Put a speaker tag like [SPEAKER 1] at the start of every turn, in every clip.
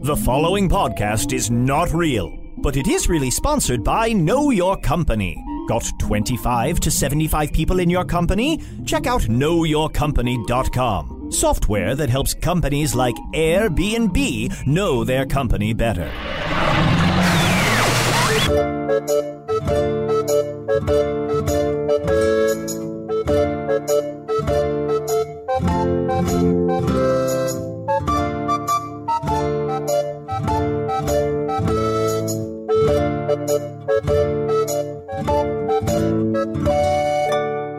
[SPEAKER 1] The following podcast is not real, but it is really sponsored by Know Your Company. Got 25 to 75 people in your company? Check out knowyourcompany.com, software that helps companies like Airbnb know their company better.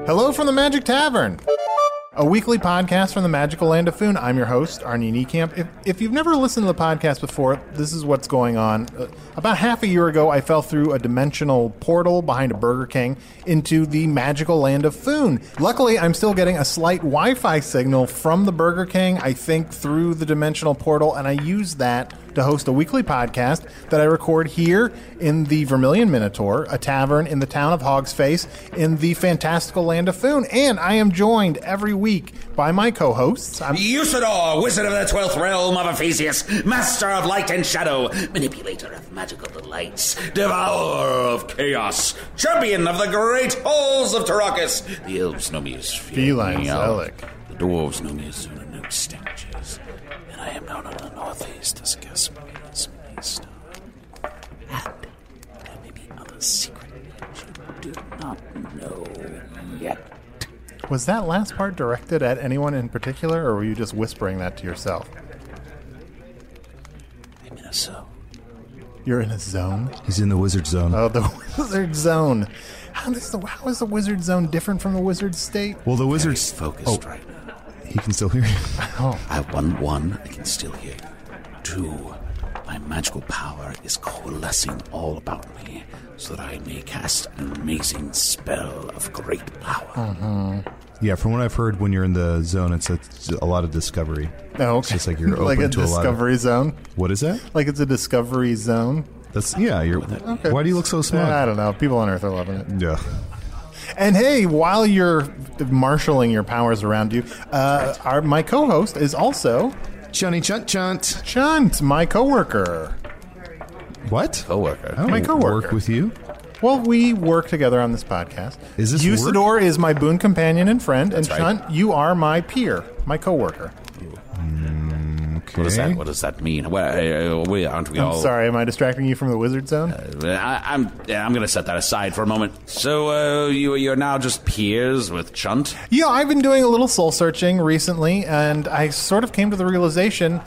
[SPEAKER 2] Hello from the Magic Tavern, a weekly podcast from the magical land of Foon. I'm your host, Arnie Niekamp. If, if you've never listened to the podcast before, this is what's going on. Uh, about half a year ago, I fell through a dimensional portal behind a Burger King into the magical land of Foon. Luckily, I'm still getting a slight Wi Fi signal from the Burger King, I think, through the dimensional portal, and I use that to host a weekly podcast that I record here in the Vermilion Minotaur, a tavern in the town of Hog's Face in the fantastical land of Foon. And I am joined every week by my co hosts. I'm
[SPEAKER 3] Usador, wizard of the twelfth realm of Ephesius, master of light and shadow, manipulator of magical delights, devourer of chaos, champion of the great halls of Tarakas. The elves know me as
[SPEAKER 2] Feline Zelic.
[SPEAKER 3] The dwarves know me as Zulanook Stenches. And I am known on the northeast as Gasparius Minister. And there may be other secret that you do not know yet.
[SPEAKER 2] Was that last part directed at anyone in particular, or were you just whispering that to yourself?
[SPEAKER 3] I'm in a zone.
[SPEAKER 2] You're in a zone?
[SPEAKER 4] He's in the wizard zone.
[SPEAKER 2] Oh, the Wizard Zone. How is the, how is the Wizard Zone different from the Wizard State?
[SPEAKER 4] well, the
[SPEAKER 3] Very
[SPEAKER 4] wizard's Oh,
[SPEAKER 3] focused right now.
[SPEAKER 4] He can still hear you.
[SPEAKER 2] Oh.
[SPEAKER 3] I one one, I can still hear you. Two, my magical power is coalescing all about me so that I may cast an amazing spell of great power.
[SPEAKER 2] Uh-huh.
[SPEAKER 4] Yeah, from what I've heard, when you're in the zone, it's a, it's a lot of discovery.
[SPEAKER 2] No,
[SPEAKER 4] It's just like you're open
[SPEAKER 2] Oh, a
[SPEAKER 4] to a lot.
[SPEAKER 2] discovery
[SPEAKER 4] Of,
[SPEAKER 2] zone.
[SPEAKER 4] what is that?
[SPEAKER 2] Like it's a discovery zone.
[SPEAKER 4] That's yeah. You're. Why do you look so
[SPEAKER 2] I
[SPEAKER 4] smug?
[SPEAKER 2] don't know. People on Earth are loving it.
[SPEAKER 4] Yeah.
[SPEAKER 2] And hey, while you're marshaling your powers around you, uh, our, my co-host is also
[SPEAKER 4] Chunny chunt chunt.
[SPEAKER 2] Chunt, my coworker.
[SPEAKER 4] What?
[SPEAKER 3] Coworker.
[SPEAKER 4] I don't
[SPEAKER 2] My coworker.
[SPEAKER 4] Work with you.
[SPEAKER 2] Well, we work together on this podcast.
[SPEAKER 4] Is this
[SPEAKER 2] Usador is my boon companion and friend, and
[SPEAKER 3] right.
[SPEAKER 2] Chunt, you are my peer, my coworker.
[SPEAKER 4] Okay.
[SPEAKER 3] What does that? What does that mean? Where, uh, where aren't we
[SPEAKER 2] I'm
[SPEAKER 3] all?
[SPEAKER 2] sorry, am I distracting you from the wizard zone?
[SPEAKER 3] I, I'm. Yeah, I'm going to set that aside for a moment. So uh, you you're now just peers with Chunt.
[SPEAKER 2] Yeah, I've been doing a little soul searching recently, and I sort of came to the realization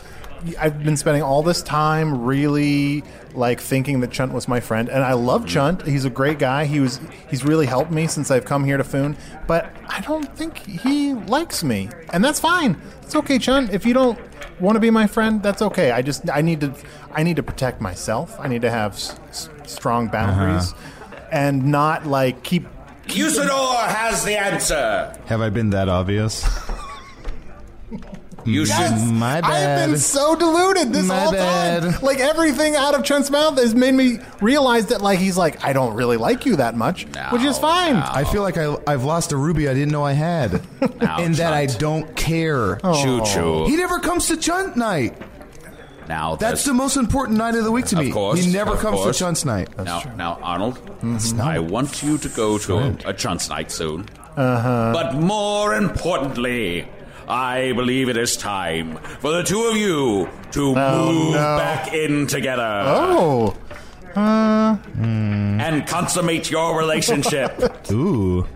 [SPEAKER 2] I've been spending all this time really like thinking that Chunt was my friend, and I love Chunt. He's a great guy. He was he's really helped me since I've come here to Foon, but I don't think he likes me, and that's fine. It's okay, Chunt. If you don't want to be my friend, that's okay. I just I need to I need to protect myself. I need to have s- s- strong boundaries, and not like keep.
[SPEAKER 3] Usador has the answer.
[SPEAKER 4] Have I been that obvious?
[SPEAKER 5] You
[SPEAKER 2] Yes!
[SPEAKER 5] should.
[SPEAKER 4] Mm, My
[SPEAKER 2] I have been
[SPEAKER 4] bad.
[SPEAKER 2] so deluded this
[SPEAKER 4] My
[SPEAKER 2] whole time.
[SPEAKER 4] bad.
[SPEAKER 2] Like everything out of Trent's mouth has made me realize that like he's like, I don't really like you that much. which is fine.
[SPEAKER 4] I feel like I, I've lost a ruby I didn't know I had, and that I don't care.
[SPEAKER 2] Oh.
[SPEAKER 5] Choo choo.
[SPEAKER 4] He never comes to Chunt Night.
[SPEAKER 6] Now
[SPEAKER 4] That's
[SPEAKER 6] there's-
[SPEAKER 4] the most important night of the week to
[SPEAKER 6] Of
[SPEAKER 4] me.
[SPEAKER 6] course,
[SPEAKER 4] he never
[SPEAKER 6] of
[SPEAKER 4] comes
[SPEAKER 6] course.
[SPEAKER 4] to Chunt's Night. Mm-hmm.
[SPEAKER 6] now, now, Arnold, I want you to go to a, a trance night soon.
[SPEAKER 2] Uh-huh.
[SPEAKER 6] But more importantly, I believe it is time for the two of you to
[SPEAKER 4] Oh,
[SPEAKER 6] move back in together
[SPEAKER 2] oh.
[SPEAKER 4] Uh,
[SPEAKER 6] and consummate your relationship.
[SPEAKER 4] hmm. Ooh,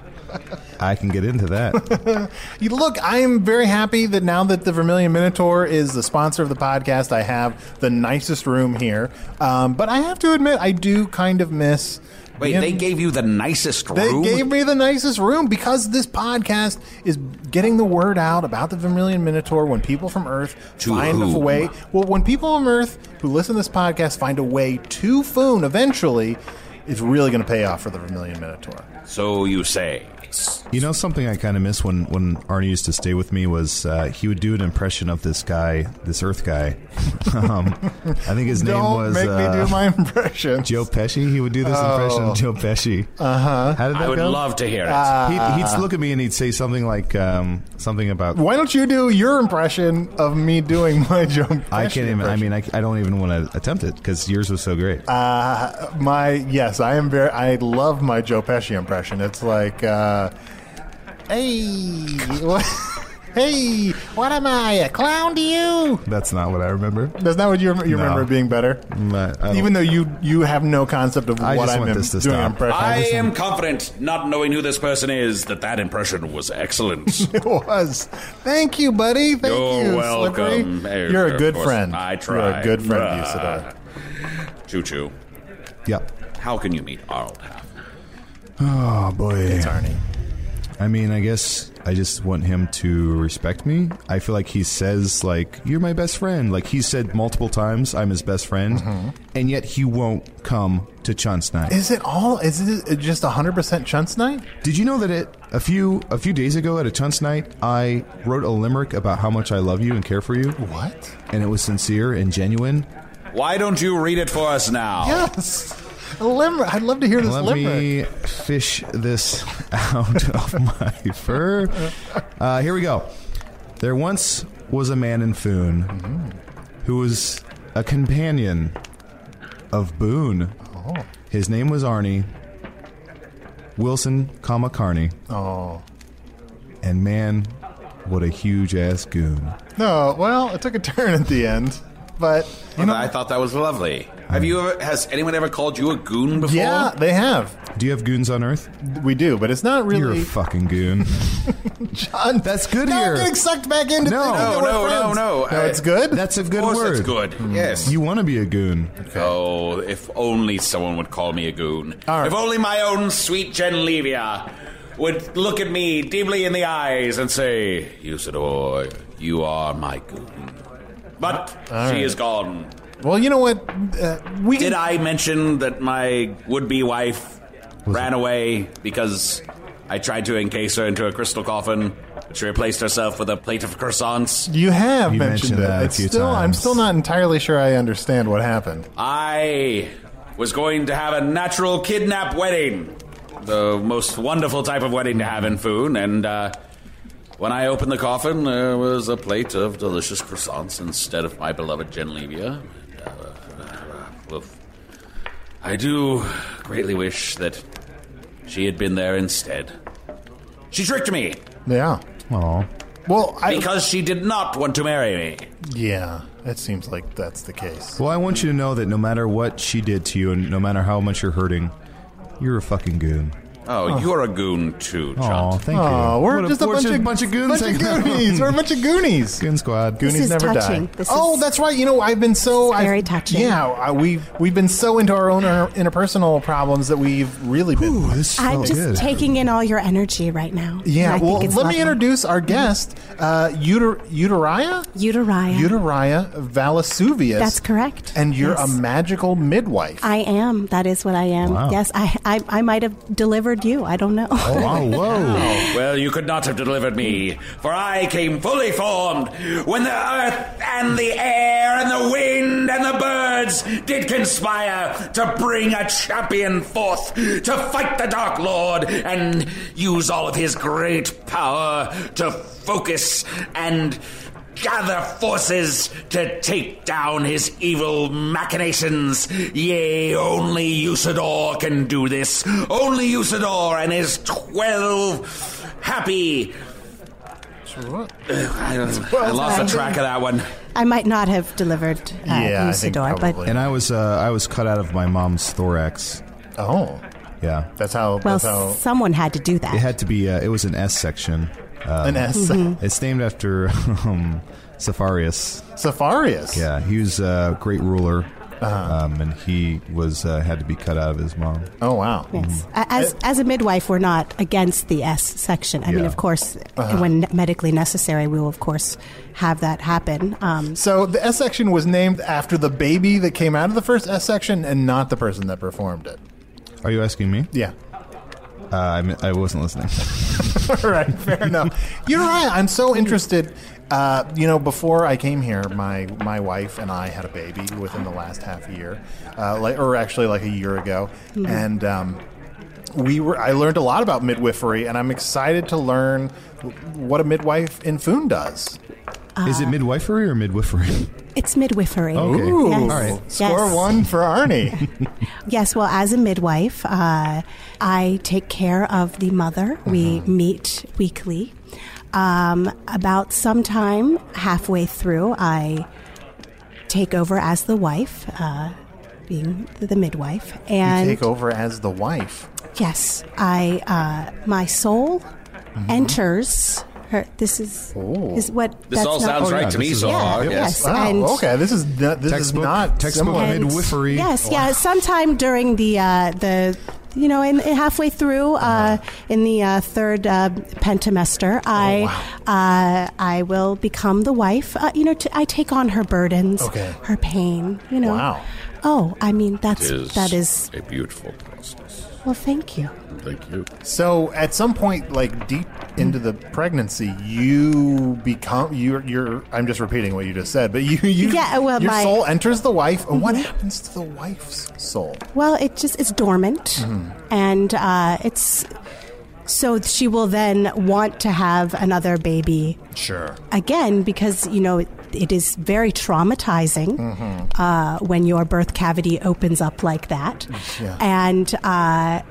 [SPEAKER 4] I can get into that.
[SPEAKER 2] You- Look, I am very happy that now that the Vermilion Minotaur is the sponsor of the podcast, I have the nicest room here. Um, but I have to admit, I do kind of miss.
[SPEAKER 6] Wait,
[SPEAKER 2] being-
[SPEAKER 6] they gave you the nicest
[SPEAKER 2] They
[SPEAKER 6] room.
[SPEAKER 2] gave me the nicest room because this podcast is getting the word out about the Vermilion Minotaur when people from Earth
[SPEAKER 6] To
[SPEAKER 2] find a
[SPEAKER 6] whom?
[SPEAKER 2] way. Well, when people from Earth who listen to this podcast find a way to Foon eventually, it's really going to pay off for the Vermilion Minotaur.
[SPEAKER 6] so you say.
[SPEAKER 4] you know something I kind of miss when when Arnie used to stay with me was uh, he would do an impression of this guy, this Earth guy. um, I think his name
[SPEAKER 2] Don't
[SPEAKER 4] was
[SPEAKER 2] make me
[SPEAKER 4] uh,
[SPEAKER 2] do my Oh. impression.
[SPEAKER 4] Joe Pesci. He would do this impression of Joe Pesci. Uh
[SPEAKER 2] Uh-huh.
[SPEAKER 4] huh. How did that
[SPEAKER 6] I would
[SPEAKER 4] go?
[SPEAKER 6] love to hear it.
[SPEAKER 2] Ah.
[SPEAKER 4] he'd, he'd look at me and he'd say something like um, something about
[SPEAKER 2] Why don't you do your impression of me doing my Joe?
[SPEAKER 4] I
[SPEAKER 2] Pesci
[SPEAKER 4] can't even. I
[SPEAKER 2] impression?
[SPEAKER 4] mean, I, I don't even want to attempt it because yours was so great.
[SPEAKER 2] Uh, my yes, I am very. I love my Joe Pesci impression. It's like, uh, hey, what, hey, what am I, a clown to you?
[SPEAKER 4] That's not what I remember.
[SPEAKER 2] That's not what you, rem- you
[SPEAKER 4] No.
[SPEAKER 2] remember it being better. Even though you you have no concept of
[SPEAKER 4] I
[SPEAKER 2] what
[SPEAKER 4] just
[SPEAKER 2] I'm
[SPEAKER 4] want
[SPEAKER 2] im-
[SPEAKER 4] this to
[SPEAKER 2] doing
[SPEAKER 4] stop.
[SPEAKER 2] impression.
[SPEAKER 6] I am confident, not knowing who this person is, that that impression was excellent.
[SPEAKER 2] it was. Thank you, buddy. Thank
[SPEAKER 6] You're
[SPEAKER 2] you,
[SPEAKER 6] welcome.
[SPEAKER 2] Slippery.
[SPEAKER 6] Hey,
[SPEAKER 2] You're a
[SPEAKER 6] of
[SPEAKER 2] good
[SPEAKER 6] course.
[SPEAKER 2] friend.
[SPEAKER 6] I
[SPEAKER 2] You're a
[SPEAKER 6] tried.
[SPEAKER 2] good friend,
[SPEAKER 6] Ah.
[SPEAKER 2] Usador.
[SPEAKER 6] Choo choo.
[SPEAKER 4] Yep.
[SPEAKER 6] How can you meet Arnold Half?
[SPEAKER 4] Oh boy. It's Arnie. I mean, I guess I just want him to respect me. I feel like he says like you're my best friend. Like he said multiple times, I'm his best friend, and yet he won't come to Chance Night.
[SPEAKER 2] Is it all? Is it just 100% Chunts night?
[SPEAKER 4] Did you know that it a few a few days ago at a Chance Night, I wrote a limerick about how much I love you and care for you,
[SPEAKER 2] What?
[SPEAKER 4] and it was sincere and genuine.
[SPEAKER 6] Why don't you read it for us now?
[SPEAKER 2] Yes. A limerick. I'd love to hear this
[SPEAKER 4] Let
[SPEAKER 2] limerick.
[SPEAKER 4] me fish this out of my fur. Uh, here we go. There once was a man in Foon who was a companion of Boone.
[SPEAKER 2] Oh.
[SPEAKER 4] His name was Arnie Wilson, comma Carney. Oh, and man, what a huge ass goon!
[SPEAKER 2] No, well, it took a turn at the end, but
[SPEAKER 6] Well, I thought that was lovely. Have you ever? Has anyone ever called you a goon before?
[SPEAKER 2] yeah, they have.
[SPEAKER 4] Do you have goons on Earth?
[SPEAKER 2] We do, but it's not
[SPEAKER 4] You're a
[SPEAKER 2] really.
[SPEAKER 4] fucking goon.
[SPEAKER 2] John,
[SPEAKER 4] That's good
[SPEAKER 2] now I'm
[SPEAKER 4] here.
[SPEAKER 2] getting sucked back into
[SPEAKER 4] No.
[SPEAKER 2] thinking that
[SPEAKER 6] No,
[SPEAKER 2] we're
[SPEAKER 6] no, no,
[SPEAKER 2] friends.
[SPEAKER 6] no. I-
[SPEAKER 2] it's good.
[SPEAKER 4] That's a
[SPEAKER 6] Of
[SPEAKER 4] good
[SPEAKER 6] course,
[SPEAKER 4] word. Hmm.
[SPEAKER 6] it's good. Yes.
[SPEAKER 4] You want to be a goon?
[SPEAKER 6] Oh, if only someone would call me a goon.
[SPEAKER 2] All right.
[SPEAKER 6] If only my own sweet Genlevia would look at me deeply in the eyes and say, Usador, you are my goon. But she is gone.
[SPEAKER 2] well, you know what? Uh, we
[SPEAKER 6] Did
[SPEAKER 2] can-
[SPEAKER 6] I mention that my would be wife ran away because I tried to encase her into a crystal coffin? but She replaced herself with a plate of croissants.
[SPEAKER 2] You have
[SPEAKER 4] You
[SPEAKER 2] mentioned,
[SPEAKER 4] mentioned
[SPEAKER 2] it.
[SPEAKER 4] that a
[SPEAKER 2] It's
[SPEAKER 4] few
[SPEAKER 2] still, I'm
[SPEAKER 4] times.
[SPEAKER 2] still not entirely sure I understand what happened.
[SPEAKER 6] I was going to have a natural kidnap wedding, the most wonderful type of wedding to have in Foon, and uh, when I opened the coffin, there was a plate of delicious croissants instead of my beloved Genlevia. And, uh, uh, well, I do greatly wish that she had been there instead. She tricked me
[SPEAKER 2] Yeah.
[SPEAKER 4] Aw.
[SPEAKER 2] Well, I
[SPEAKER 6] because she did not want to marry me.
[SPEAKER 2] yeah, it seems like that's the case.
[SPEAKER 4] Well, I want you to know that no matter what she did to you and no matter how much you're hurting, you're a fucking goon.
[SPEAKER 6] Oh, you're a goon too, John.
[SPEAKER 4] Oh, thank
[SPEAKER 2] Oh,
[SPEAKER 4] you.
[SPEAKER 2] we're
[SPEAKER 4] What
[SPEAKER 2] just a
[SPEAKER 4] we're
[SPEAKER 2] bunch of
[SPEAKER 4] bunch of goons.
[SPEAKER 2] bunch of
[SPEAKER 4] hanging out.
[SPEAKER 2] goonies. we're a bunch of goonies.
[SPEAKER 4] Goon squad.
[SPEAKER 2] Goonies
[SPEAKER 7] is
[SPEAKER 2] never
[SPEAKER 7] touching.
[SPEAKER 2] die.
[SPEAKER 7] This
[SPEAKER 2] oh,
[SPEAKER 7] is-
[SPEAKER 2] that's right. You know, I've been so
[SPEAKER 7] It's very
[SPEAKER 2] I've-
[SPEAKER 7] touching.
[SPEAKER 2] Yeah, I, we we've been so into our own inter- interpersonal problems that we've really been.
[SPEAKER 4] Ooh, this
[SPEAKER 7] I'm
[SPEAKER 4] felt
[SPEAKER 7] just
[SPEAKER 4] good.
[SPEAKER 7] taking in all your energy right now. And
[SPEAKER 2] yeah.
[SPEAKER 7] I think
[SPEAKER 2] Well, let
[SPEAKER 7] it's
[SPEAKER 2] me
[SPEAKER 7] lovely. Mm-hmm.
[SPEAKER 2] introduce our guest, uh, Uter- Uteriah,
[SPEAKER 7] Uteriah.
[SPEAKER 2] Uteriah Valasuvius.
[SPEAKER 7] That's correct.
[SPEAKER 2] And you're
[SPEAKER 7] Yes.
[SPEAKER 2] a magical midwife.
[SPEAKER 7] I am. That is what I am.
[SPEAKER 4] Wow.
[SPEAKER 7] Yes, I, I I might have delivered delivered you. I don't know.
[SPEAKER 6] Oh, well, you could not have delivered me, for I came fully formed when the earth and the air and the wind and the birds did conspire to bring a champion forth to fight the Dark Lord and use all of his great power to focus and gather forces to take down his evil machinations. Yea, only Usador can do this. Only Usador and his twelve happy. I, I lost the track of that one.
[SPEAKER 7] I might not have delivered uh,
[SPEAKER 4] Yeah, I think
[SPEAKER 7] Usador, but
[SPEAKER 4] And I was uh, I was cut out of my mom's thorax.
[SPEAKER 2] Oh,
[SPEAKER 4] yeah.
[SPEAKER 2] That's how.
[SPEAKER 7] well, someone had to do that.
[SPEAKER 4] It had to be. Uh, it was an S section. Um,
[SPEAKER 7] An S.
[SPEAKER 2] Mm-hmm.
[SPEAKER 7] Mhm.
[SPEAKER 4] It's named after um, Safarius.
[SPEAKER 2] Safarius. Uh-huh.
[SPEAKER 4] Yeah, he was a great ruler, um, and he was uh, had to be cut out of his mom. Mm-hmm.
[SPEAKER 2] Oh wow!
[SPEAKER 7] Yes. A- As as a midwife, we're not against the S section. I mean,
[SPEAKER 4] Yeah.
[SPEAKER 7] of course,
[SPEAKER 2] Uh-huh.
[SPEAKER 7] when medically necessary, we will of course have that happen. Um,
[SPEAKER 2] So the S section was named after the baby that came out of the first S section, and not the person that performed it.
[SPEAKER 4] Are you asking me?
[SPEAKER 2] Yeah.
[SPEAKER 4] Uh, I mean, I wasn't listening.
[SPEAKER 2] All right, fair enough. You're right. I'm so interested. Uh, you know, before I came here, my my wife and I had a baby within the last half year, uh, like, or actually like a year ago,
[SPEAKER 8] Mhm.
[SPEAKER 2] and um, we were. I learned a lot about midwifery, and I'm excited to learn what a midwife in Foon does.
[SPEAKER 4] Is
[SPEAKER 2] Uh,
[SPEAKER 4] it midwifery or midwifery?
[SPEAKER 7] it's midwifery.
[SPEAKER 4] Okay.
[SPEAKER 2] Ooh,
[SPEAKER 7] Yes.
[SPEAKER 2] all right. Score one for Arnie.
[SPEAKER 7] Yes, well, as a midwife, uh, I take care of the mother. We
[SPEAKER 2] Mm-hmm.
[SPEAKER 7] meet weekly. Um, about sometime halfway through, I take over as the wife, uh, being the midwife, and
[SPEAKER 2] you take over as the wife.
[SPEAKER 7] yes, I uh, my soul
[SPEAKER 2] Mm-hmm.
[SPEAKER 7] enters. Her, this is is what
[SPEAKER 6] This
[SPEAKER 7] that's
[SPEAKER 6] all
[SPEAKER 7] not-
[SPEAKER 6] sounds Oh, right yeah, to me this is so all- far,
[SPEAKER 7] Yeah,
[SPEAKER 6] yes.
[SPEAKER 7] yes.
[SPEAKER 2] Oh. Wow.
[SPEAKER 7] and-
[SPEAKER 2] okay. This is not, this
[SPEAKER 4] Textbook-
[SPEAKER 2] is not
[SPEAKER 4] textbook
[SPEAKER 2] similar.
[SPEAKER 4] And- midwifery.
[SPEAKER 7] Yes, yeah. Sometime during the uh, the you know, in, in halfway through uh,
[SPEAKER 2] Uh-huh.
[SPEAKER 7] in the uh, third uh, pentamester,
[SPEAKER 2] Oh,
[SPEAKER 7] I uh, I will become the wife. Uh, you know, t- I take on her burdens,
[SPEAKER 6] Okay.
[SPEAKER 7] her pain. You know. Oh, I mean that's that is
[SPEAKER 6] a beautiful process.
[SPEAKER 7] well. Thank you.
[SPEAKER 6] Thank you.
[SPEAKER 2] So at some point, like deep into the pregnancy, you become you're you're. I'm just repeating what you just said, but you you
[SPEAKER 7] Yeah, well,
[SPEAKER 2] your
[SPEAKER 7] my-
[SPEAKER 2] soul enters the wife. And What happens to the wife's Mm-hmm. soul?
[SPEAKER 7] Mm-hmm. Well, it just it's dormant, and uh, it's so she will then want to have another baby
[SPEAKER 2] Sure.
[SPEAKER 7] again because you know it, it is very traumatizing uh, when your birth cavity opens up like that
[SPEAKER 9] Yeah.
[SPEAKER 7] and uh,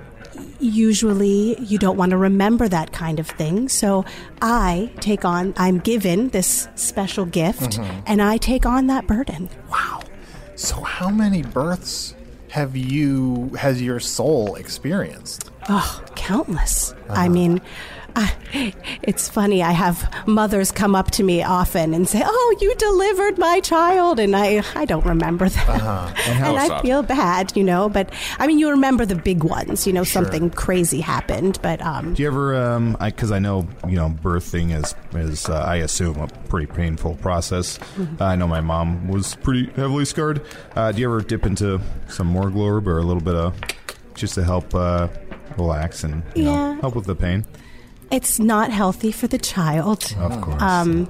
[SPEAKER 7] usually you don't want to remember that kind of thing so i take on i'm given this special gift
[SPEAKER 2] Mhm.
[SPEAKER 7] and i take on that burden
[SPEAKER 2] So how many births have you has your soul experienced?
[SPEAKER 7] Oh, countless. I mean, uh, it's funny. I have mothers come up to me often and say, "Oh, you delivered my child," and I I don't remember that.
[SPEAKER 2] Uh-huh.
[SPEAKER 4] And how-
[SPEAKER 7] I feel bad, you know. But I mean, you remember the big ones, you know.
[SPEAKER 4] Sure.
[SPEAKER 7] Something crazy happened, but um,
[SPEAKER 4] Do you ever? Um, I because I know you know birthing is is uh, I assume a pretty painful process.
[SPEAKER 7] Mhm.
[SPEAKER 4] Uh, I know my mom was pretty heavily scarred. Uh, do you ever dip into some more glorb or a little bit of just to help uh, relax and you know,
[SPEAKER 7] Yeah.
[SPEAKER 4] help with the pain?
[SPEAKER 7] it's not healthy for the child.
[SPEAKER 4] Of course.
[SPEAKER 7] Um,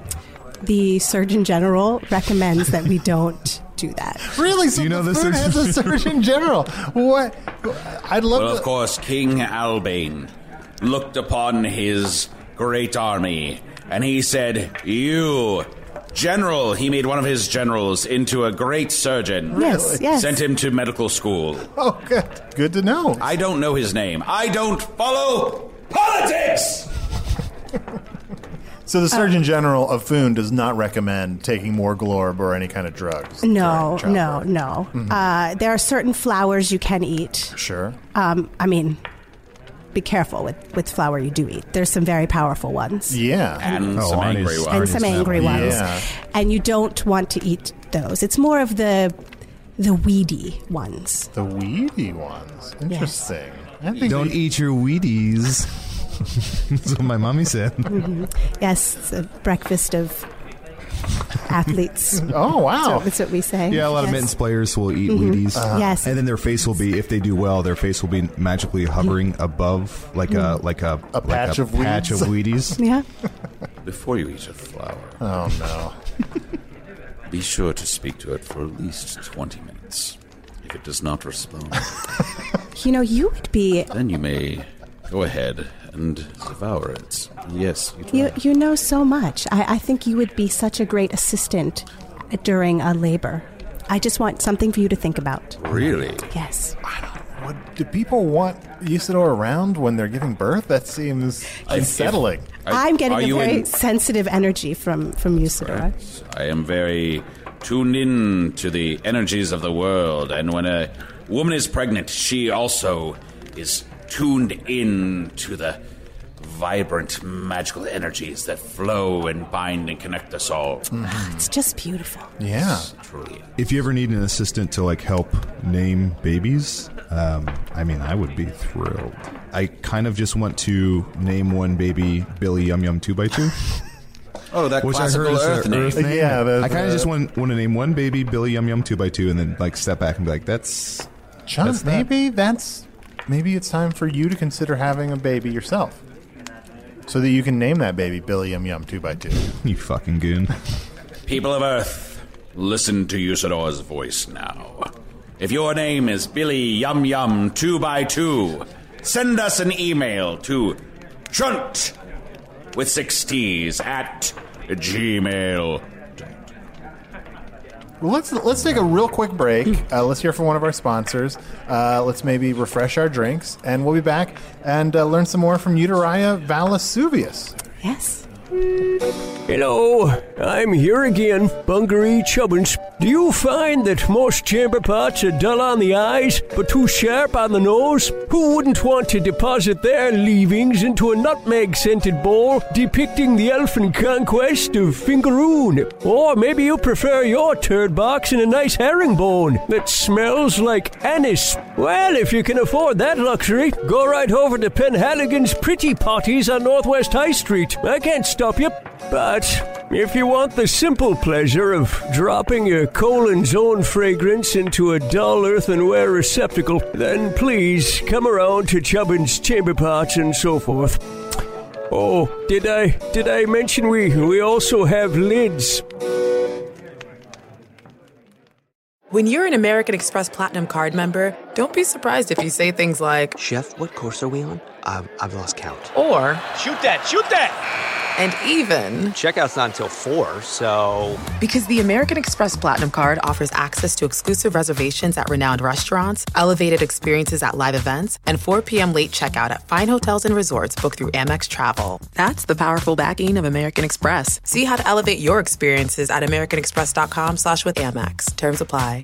[SPEAKER 7] the Surgeon General recommends that we don't do that.
[SPEAKER 2] Really? So
[SPEAKER 7] you
[SPEAKER 2] know the Foon has a surgeon general. What? I'd love
[SPEAKER 6] Well,
[SPEAKER 2] to.
[SPEAKER 6] of course, King Albane looked upon his great army and he said, You, General, he made one of his generals into a great surgeon.
[SPEAKER 2] Yes, Really? yes.
[SPEAKER 6] Sent him to medical school.
[SPEAKER 2] Oh, good. Good to know.
[SPEAKER 6] I don't know his name. I don't follow politics!
[SPEAKER 7] Oh.
[SPEAKER 2] So the Surgeon General of Foon does not recommend taking more glorb or any kind of drugs.
[SPEAKER 7] No,
[SPEAKER 2] during
[SPEAKER 7] no,
[SPEAKER 2] childbirth.
[SPEAKER 7] no.
[SPEAKER 4] Mm-hmm.
[SPEAKER 2] Mhm.
[SPEAKER 7] Uh, there are certain flowers you can eat.
[SPEAKER 2] Sure.
[SPEAKER 7] Um, I mean, be careful with with flour you do eat. There's some very powerful ones.
[SPEAKER 2] Yeah.
[SPEAKER 6] And
[SPEAKER 4] Oh,
[SPEAKER 6] some
[SPEAKER 4] Arnie's-
[SPEAKER 6] angry ones.
[SPEAKER 7] and some angry ones.
[SPEAKER 6] Yeah.
[SPEAKER 7] And you don't want to eat those. It's more of the the weedy ones.
[SPEAKER 2] The weedy ones. Interesting. I think
[SPEAKER 4] Don't
[SPEAKER 2] they-
[SPEAKER 4] eat your Wheaties.
[SPEAKER 7] Mm-hmm.
[SPEAKER 4] That's what my mommy said.
[SPEAKER 7] Mhm. Yes, it's a breakfast of athletes.
[SPEAKER 2] Oh, wow.
[SPEAKER 7] That's what we say.
[SPEAKER 4] Yeah, a lot
[SPEAKER 7] Yes. Mm-hmm. Uh-huh.
[SPEAKER 4] of mittens players will eat Wheaties.
[SPEAKER 7] Yes.
[SPEAKER 4] and then their face will be, if they do well, their face will be magically hovering above like a like a,
[SPEAKER 2] A
[SPEAKER 4] like
[SPEAKER 2] patch
[SPEAKER 4] a
[SPEAKER 2] of
[SPEAKER 4] patch
[SPEAKER 2] weeds.
[SPEAKER 4] of Wheaties.
[SPEAKER 7] Mm-hmm. Yeah.
[SPEAKER 6] Before you eat a flower,
[SPEAKER 2] Oh no.
[SPEAKER 6] be sure to speak to it for at least 20 minutes. If it does not respond,
[SPEAKER 7] You know, you would be
[SPEAKER 6] then you may go ahead and devour it. Yes, you try.
[SPEAKER 7] you you know so much. I, I think you would be such a great assistant during a labor. I just want something for you to think about.
[SPEAKER 6] Really?
[SPEAKER 7] Yes.
[SPEAKER 2] What, do people want Usador around when they're giving birth? That seems unsettling.
[SPEAKER 7] I'm getting
[SPEAKER 6] are
[SPEAKER 7] a
[SPEAKER 6] you
[SPEAKER 7] very
[SPEAKER 6] in-
[SPEAKER 7] sensitive energy from from Usador.
[SPEAKER 6] I am very tuned in to the energies of the world, and when a woman is pregnant, she also is tuned in to the vibrant magical energies that flow and bind and connect us all.
[SPEAKER 7] It's just beautiful.
[SPEAKER 2] yeah.
[SPEAKER 6] Truly.
[SPEAKER 4] If you ever need an assistant to like help name babies, um, I mean, I would be thrilled. I kind of just want to name one baby Billy Yum Yum Two by Two,
[SPEAKER 6] Oh, that
[SPEAKER 4] which I heard is their Earth name.
[SPEAKER 2] Yeah, that's,
[SPEAKER 4] I kind
[SPEAKER 2] uh,
[SPEAKER 4] of just want want to name one baby Billy Yum Yum Two by Two, and then like step back and be like, that's
[SPEAKER 2] John,
[SPEAKER 4] That's not-
[SPEAKER 2] maybe that's maybe it's time for you to consider having a baby yourself. So that you can name that baby Billy Yum Yum two by two.
[SPEAKER 4] you fucking goon.
[SPEAKER 6] People of Earth, listen to Usador's voice now. If your name is Billy Yum Yum 2 by 2 send us an email to trunt with six T's at gmail.
[SPEAKER 2] Well, let's let's take a real quick break.
[SPEAKER 4] Hmm.
[SPEAKER 2] Uh, let's hear from one of our sponsors. Uh, let's maybe refresh our drinks, and we'll be back and uh, learn some more from Euteria Valasuvius.
[SPEAKER 7] Yes.
[SPEAKER 3] Hello, I'm here again, Bungaree Chubbins. Do you find that most chamber pots are dull on the eyes, but too sharp on the nose? Who wouldn't want to deposit their leavings into a nutmeg scented bowl depicting the elfin conquest of Fingaroon? Or maybe you prefer your turd box in a nice herringbone that smells like anise. Well, if you can afford that luxury, go right over to Penhaligon's Pretty Potties on Northwest High Street. I can't stop you. But if you want the simple pleasure of dropping your colon's own fragrance into a dull earthenware receptacle, then please come around to Chubbin's Chamber Pots and so forth. Oh, did I did I mention we we also have lids?
[SPEAKER 8] When you're an American Express Platinum Card member, don't be surprised if you say things like,
[SPEAKER 3] Chef, what course are we on? I've, I've lost count.
[SPEAKER 8] or,
[SPEAKER 3] Shoot that! Shoot that!
[SPEAKER 8] and even.
[SPEAKER 3] Checkout's not until four, so
[SPEAKER 8] Because the American Express Platinum Card offers access to exclusive reservations at renowned restaurants, elevated experiences at live events, and 4 p.m. late checkout at fine hotels and resorts booked through Amex Travel. That's the powerful backing of American Express. See how to elevate your experiences at americanexpress.com slash with Amex. Terms apply.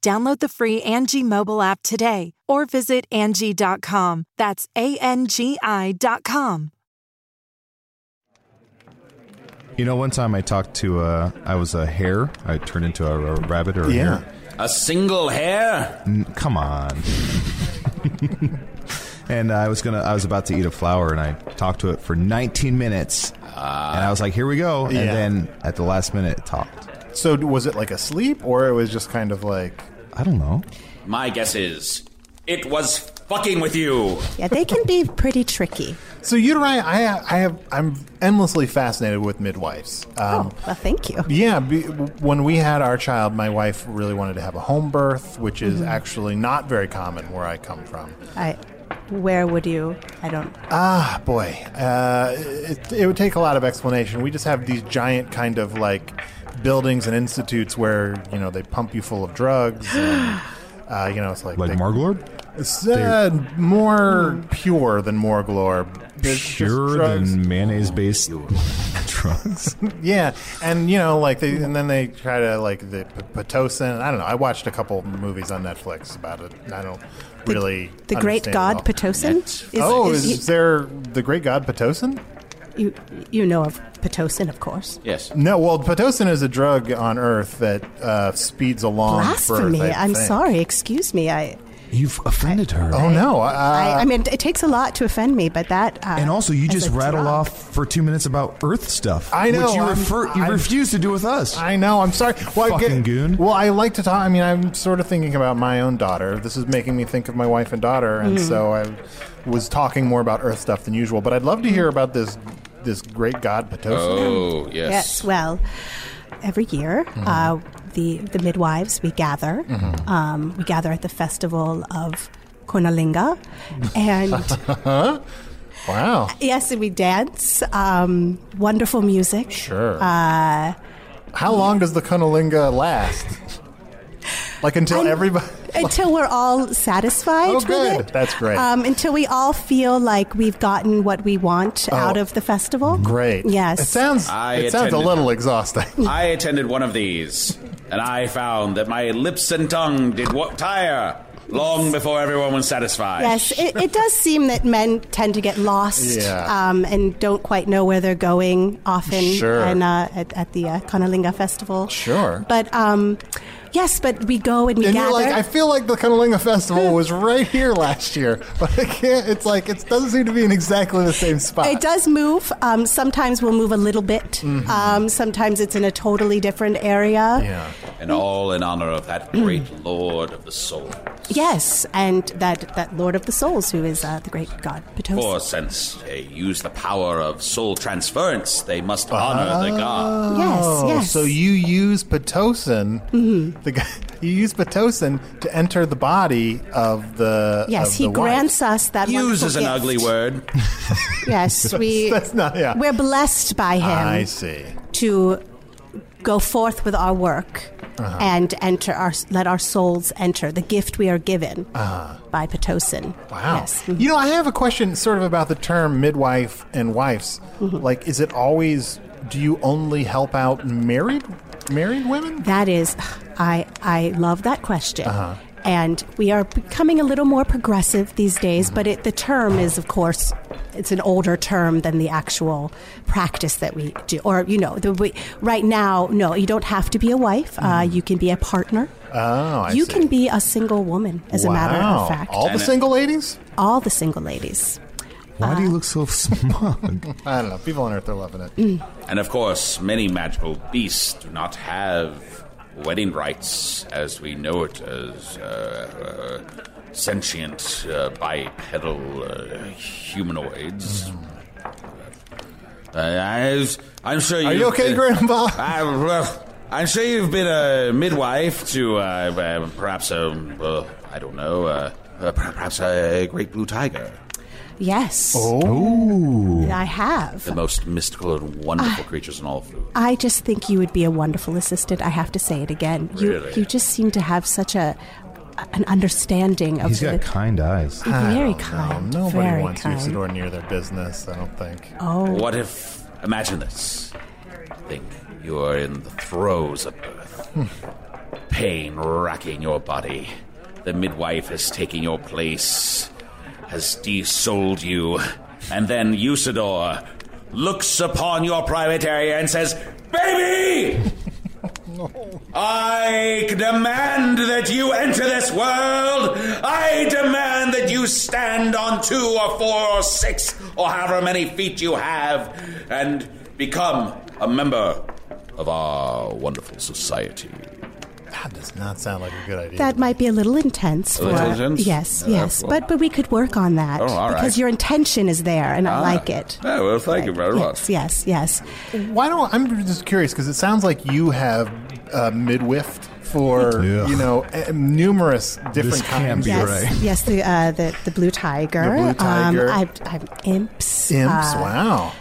[SPEAKER 9] Download the free Angie mobile app today or visit Angie.com. That's A N G I dot com.
[SPEAKER 4] You know, one time I talked to uh, I was a hare. I turned into a, a rabbit or a
[SPEAKER 2] Yeah.
[SPEAKER 4] hare.
[SPEAKER 6] A single hair?
[SPEAKER 4] N- come on. and I was gonna, I was about to eat a flower, and I talked to it for 19 minutes, and I was like, "Here we go," and
[SPEAKER 2] Yeah.
[SPEAKER 4] then at the last minute, it talked.
[SPEAKER 2] So was it like a sleep, or it was just kind of like
[SPEAKER 4] I don't know.
[SPEAKER 6] My guess is it was fucking with you.
[SPEAKER 7] Yeah, they can be pretty tricky.
[SPEAKER 2] So Uteria, I, I have, I'm endlessly fascinated with midwives. Um,
[SPEAKER 7] oh, well, thank you.
[SPEAKER 2] Yeah, be, when we had our child, my wife really wanted to have a home birth, which is
[SPEAKER 7] Mm-hmm.
[SPEAKER 2] actually not very common where I come from.
[SPEAKER 7] I, where would you? I don't.
[SPEAKER 2] Ah, boy, uh, it, it would take a lot of explanation. We just have these giant kind of like buildings and institutes where you know they pump you full of drugs. And, uh, you know, it's like
[SPEAKER 4] Like
[SPEAKER 2] they-
[SPEAKER 4] Marglord,
[SPEAKER 2] It's, uh, more pure than Morglor. There's just
[SPEAKER 4] pure
[SPEAKER 2] drugs.
[SPEAKER 4] than mayonnaise based drugs.
[SPEAKER 2] yeah, and you know, like they, and then they try to like the p- pitocin. I don't know. I watched a couple movies on Netflix about it. and I don't really.
[SPEAKER 7] The great
[SPEAKER 2] understand it
[SPEAKER 7] god
[SPEAKER 2] all.
[SPEAKER 7] Pitocin?
[SPEAKER 2] oh, is,
[SPEAKER 7] he-
[SPEAKER 2] there the great god Pitocin?
[SPEAKER 7] you, you know of Pitocin, of course.
[SPEAKER 6] Yes.
[SPEAKER 2] No. Well, Pitocin is a drug on Earth that uh, speeds along.
[SPEAKER 7] Blasphemy.
[SPEAKER 2] birth, I
[SPEAKER 7] I'm
[SPEAKER 2] think.
[SPEAKER 7] sorry. Excuse me. I,
[SPEAKER 4] You've offended her.
[SPEAKER 2] Oh no! I,
[SPEAKER 7] I, I mean, it takes a lot to offend me, but that. Uh,
[SPEAKER 4] And also, you
[SPEAKER 7] as
[SPEAKER 4] just
[SPEAKER 7] a
[SPEAKER 4] rattle
[SPEAKER 7] drug-
[SPEAKER 4] off for two minutes about Earth stuff.
[SPEAKER 2] I know.
[SPEAKER 4] Which you,
[SPEAKER 2] I'm-
[SPEAKER 4] refer, you
[SPEAKER 2] I'm-
[SPEAKER 4] refuse to do with us.
[SPEAKER 2] I know. I'm sorry. Well, I
[SPEAKER 4] Fucking goon.
[SPEAKER 2] Well, I like to talk. I mean, I'm sort of thinking about my own daughter. This is making me think of my wife and daughter, and
[SPEAKER 7] Mhm.
[SPEAKER 2] so I was talking more about Earth stuff than usual. But I'd love to
[SPEAKER 7] Mm-hmm.
[SPEAKER 2] hear about this this great god Pitocin.
[SPEAKER 6] Oh,
[SPEAKER 7] Yes. well, every year, uh, the the midwives we gather.
[SPEAKER 2] Mhm.
[SPEAKER 7] Um, we gather at the festival of Konalinga, and
[SPEAKER 2] wow.
[SPEAKER 7] yes, and we dance. Um, wonderful music.
[SPEAKER 2] Sure.
[SPEAKER 7] Uh,
[SPEAKER 2] How long does the Cunnilinga last? like until everybody.
[SPEAKER 7] until we're all satisfied
[SPEAKER 2] Oh,
[SPEAKER 7] with
[SPEAKER 2] good.
[SPEAKER 7] it.
[SPEAKER 2] That's great.
[SPEAKER 7] Um, until we all feel like we've gotten what we want
[SPEAKER 2] Oh.
[SPEAKER 7] out of the festival.
[SPEAKER 2] Great.
[SPEAKER 7] Yes.
[SPEAKER 2] It sounds.
[SPEAKER 6] I
[SPEAKER 2] it sounds a
[SPEAKER 6] attended-
[SPEAKER 2] little exhausting.
[SPEAKER 6] I attended one of these, and I found that my lips and tongue did wa- tire long before everyone was satisfied.
[SPEAKER 7] Yes, it, it does seem that men tend to get lost
[SPEAKER 6] Yeah.
[SPEAKER 7] um, and don't quite know where they're going often
[SPEAKER 2] Sure.
[SPEAKER 7] and, uh, at, at the uh, Conalinga Festival.
[SPEAKER 2] Sure.
[SPEAKER 7] But um, yes, but we go and we
[SPEAKER 2] And
[SPEAKER 7] gather.
[SPEAKER 2] you're like, I feel like the Cunnilinga Festival was right here last year, but I can't. It's like it doesn't seem to be in exactly the same spot.
[SPEAKER 7] It does move. Um, sometimes we'll move a little bit.
[SPEAKER 2] Mm-hmm.
[SPEAKER 6] Mhm.
[SPEAKER 7] Um, sometimes it's in a totally different area.
[SPEAKER 6] And all in honor of that great lord of the soul.
[SPEAKER 7] Yes, and that, that Lord of the Souls, who is uh, the great god Pitocin.
[SPEAKER 6] For since they use the power of soul transference, they must honor the god.
[SPEAKER 2] Oh,
[SPEAKER 7] yes. Mm-hmm.
[SPEAKER 2] So you use pitocin. The guy, you use pitocin to enter the body of the.
[SPEAKER 7] Yes,
[SPEAKER 2] Uh, of
[SPEAKER 7] he
[SPEAKER 2] the wife.
[SPEAKER 7] grants us that.
[SPEAKER 6] Use
[SPEAKER 7] wonderful
[SPEAKER 6] is an
[SPEAKER 7] gift.
[SPEAKER 6] ugly word.
[SPEAKER 7] Yes, we.
[SPEAKER 2] That's not. Yeah.
[SPEAKER 7] We're blessed by him.
[SPEAKER 2] I see.
[SPEAKER 7] to go forth with our work
[SPEAKER 2] Uh-huh.
[SPEAKER 7] and enter our let our souls enter the gift we are given
[SPEAKER 2] Ah.
[SPEAKER 7] by Pitocin.
[SPEAKER 2] Wow.
[SPEAKER 7] Yes. mm-hmm.
[SPEAKER 2] You know, I have a question sort of about the term midwife and wives.
[SPEAKER 7] Mm-hmm.
[SPEAKER 2] Like, is it always? Do you only help out married married women?
[SPEAKER 7] That is, I I love that question.
[SPEAKER 2] Uh-huh.
[SPEAKER 7] And we are becoming a little more progressive these days,
[SPEAKER 2] Mm-hmm.
[SPEAKER 7] but it, the term is, of course, it's an older term than the actual practice that we do. Or, you know, the, we, right now, no, you don't have to be a wife. Uh, you can be a partner.
[SPEAKER 2] Mm-hmm. Oh, I
[SPEAKER 7] you
[SPEAKER 2] see.
[SPEAKER 7] can be a single woman, as a matter
[SPEAKER 2] Wow.
[SPEAKER 7] of fact.
[SPEAKER 2] All the And it- single ladies?
[SPEAKER 7] All the single ladies.
[SPEAKER 4] Why do you look so smug?
[SPEAKER 2] I don't know. People on Earth are loving it.
[SPEAKER 6] And of course, many magical beasts do not have wedding rights as we know it as uh, uh, sentient uh, bipedal uh, humanoids. Uh, I, I'm sure you.
[SPEAKER 2] Are you okay, Grandpa?
[SPEAKER 6] I, well, I'm sure you've been a midwife to uh, uh, perhaps a, well, I don't know, uh, uh, perhaps a great blue tiger.
[SPEAKER 7] Yes.
[SPEAKER 6] Oh.
[SPEAKER 7] I have.
[SPEAKER 6] The most mystical and wonderful creatures in all of Flu.
[SPEAKER 7] I just think you would be a wonderful assistant. I have to say it again. You,
[SPEAKER 6] Really?
[SPEAKER 7] you just seem to have such a an understanding of
[SPEAKER 4] He's
[SPEAKER 7] the,
[SPEAKER 4] got kind eyes.
[SPEAKER 7] You're very
[SPEAKER 2] I don't know.
[SPEAKER 7] kind.
[SPEAKER 2] Nobody
[SPEAKER 7] very
[SPEAKER 2] wants
[SPEAKER 7] kind.
[SPEAKER 2] Usador near their business. I don't think.
[SPEAKER 7] Oh.
[SPEAKER 6] What if, imagine this. Think you are in the throes of birth. Pain racking your body. The midwife has taken your place, has desouled you, and then Usador looks upon your private area and says, Baby! I demand that you enter this world. I demand that you stand on two or four or six or however many feet you have and become a member of our wonderful society.
[SPEAKER 2] That does not sound like a good idea.
[SPEAKER 7] That might be a little intense.
[SPEAKER 6] A
[SPEAKER 7] For,
[SPEAKER 6] little intense?
[SPEAKER 7] Yes,
[SPEAKER 6] Yeah,
[SPEAKER 7] yes,
[SPEAKER 6] well-
[SPEAKER 7] but but we could work on that
[SPEAKER 6] Oh, all right.
[SPEAKER 7] because your intention is there, and I like it.
[SPEAKER 6] Oh, well, thank you very much.
[SPEAKER 7] Yes, yes, yes.
[SPEAKER 2] Why don't I'm just curious because it sounds like you have uh, midwiffed for
[SPEAKER 4] Yeah.
[SPEAKER 2] you know eh, numerous different
[SPEAKER 4] This can't
[SPEAKER 2] kinds.
[SPEAKER 4] be
[SPEAKER 7] yes, yes. The, uh, the the blue tiger.
[SPEAKER 2] The blue tiger.
[SPEAKER 7] Um, I, I'm imps.
[SPEAKER 2] Imps,
[SPEAKER 7] uh,
[SPEAKER 2] wow.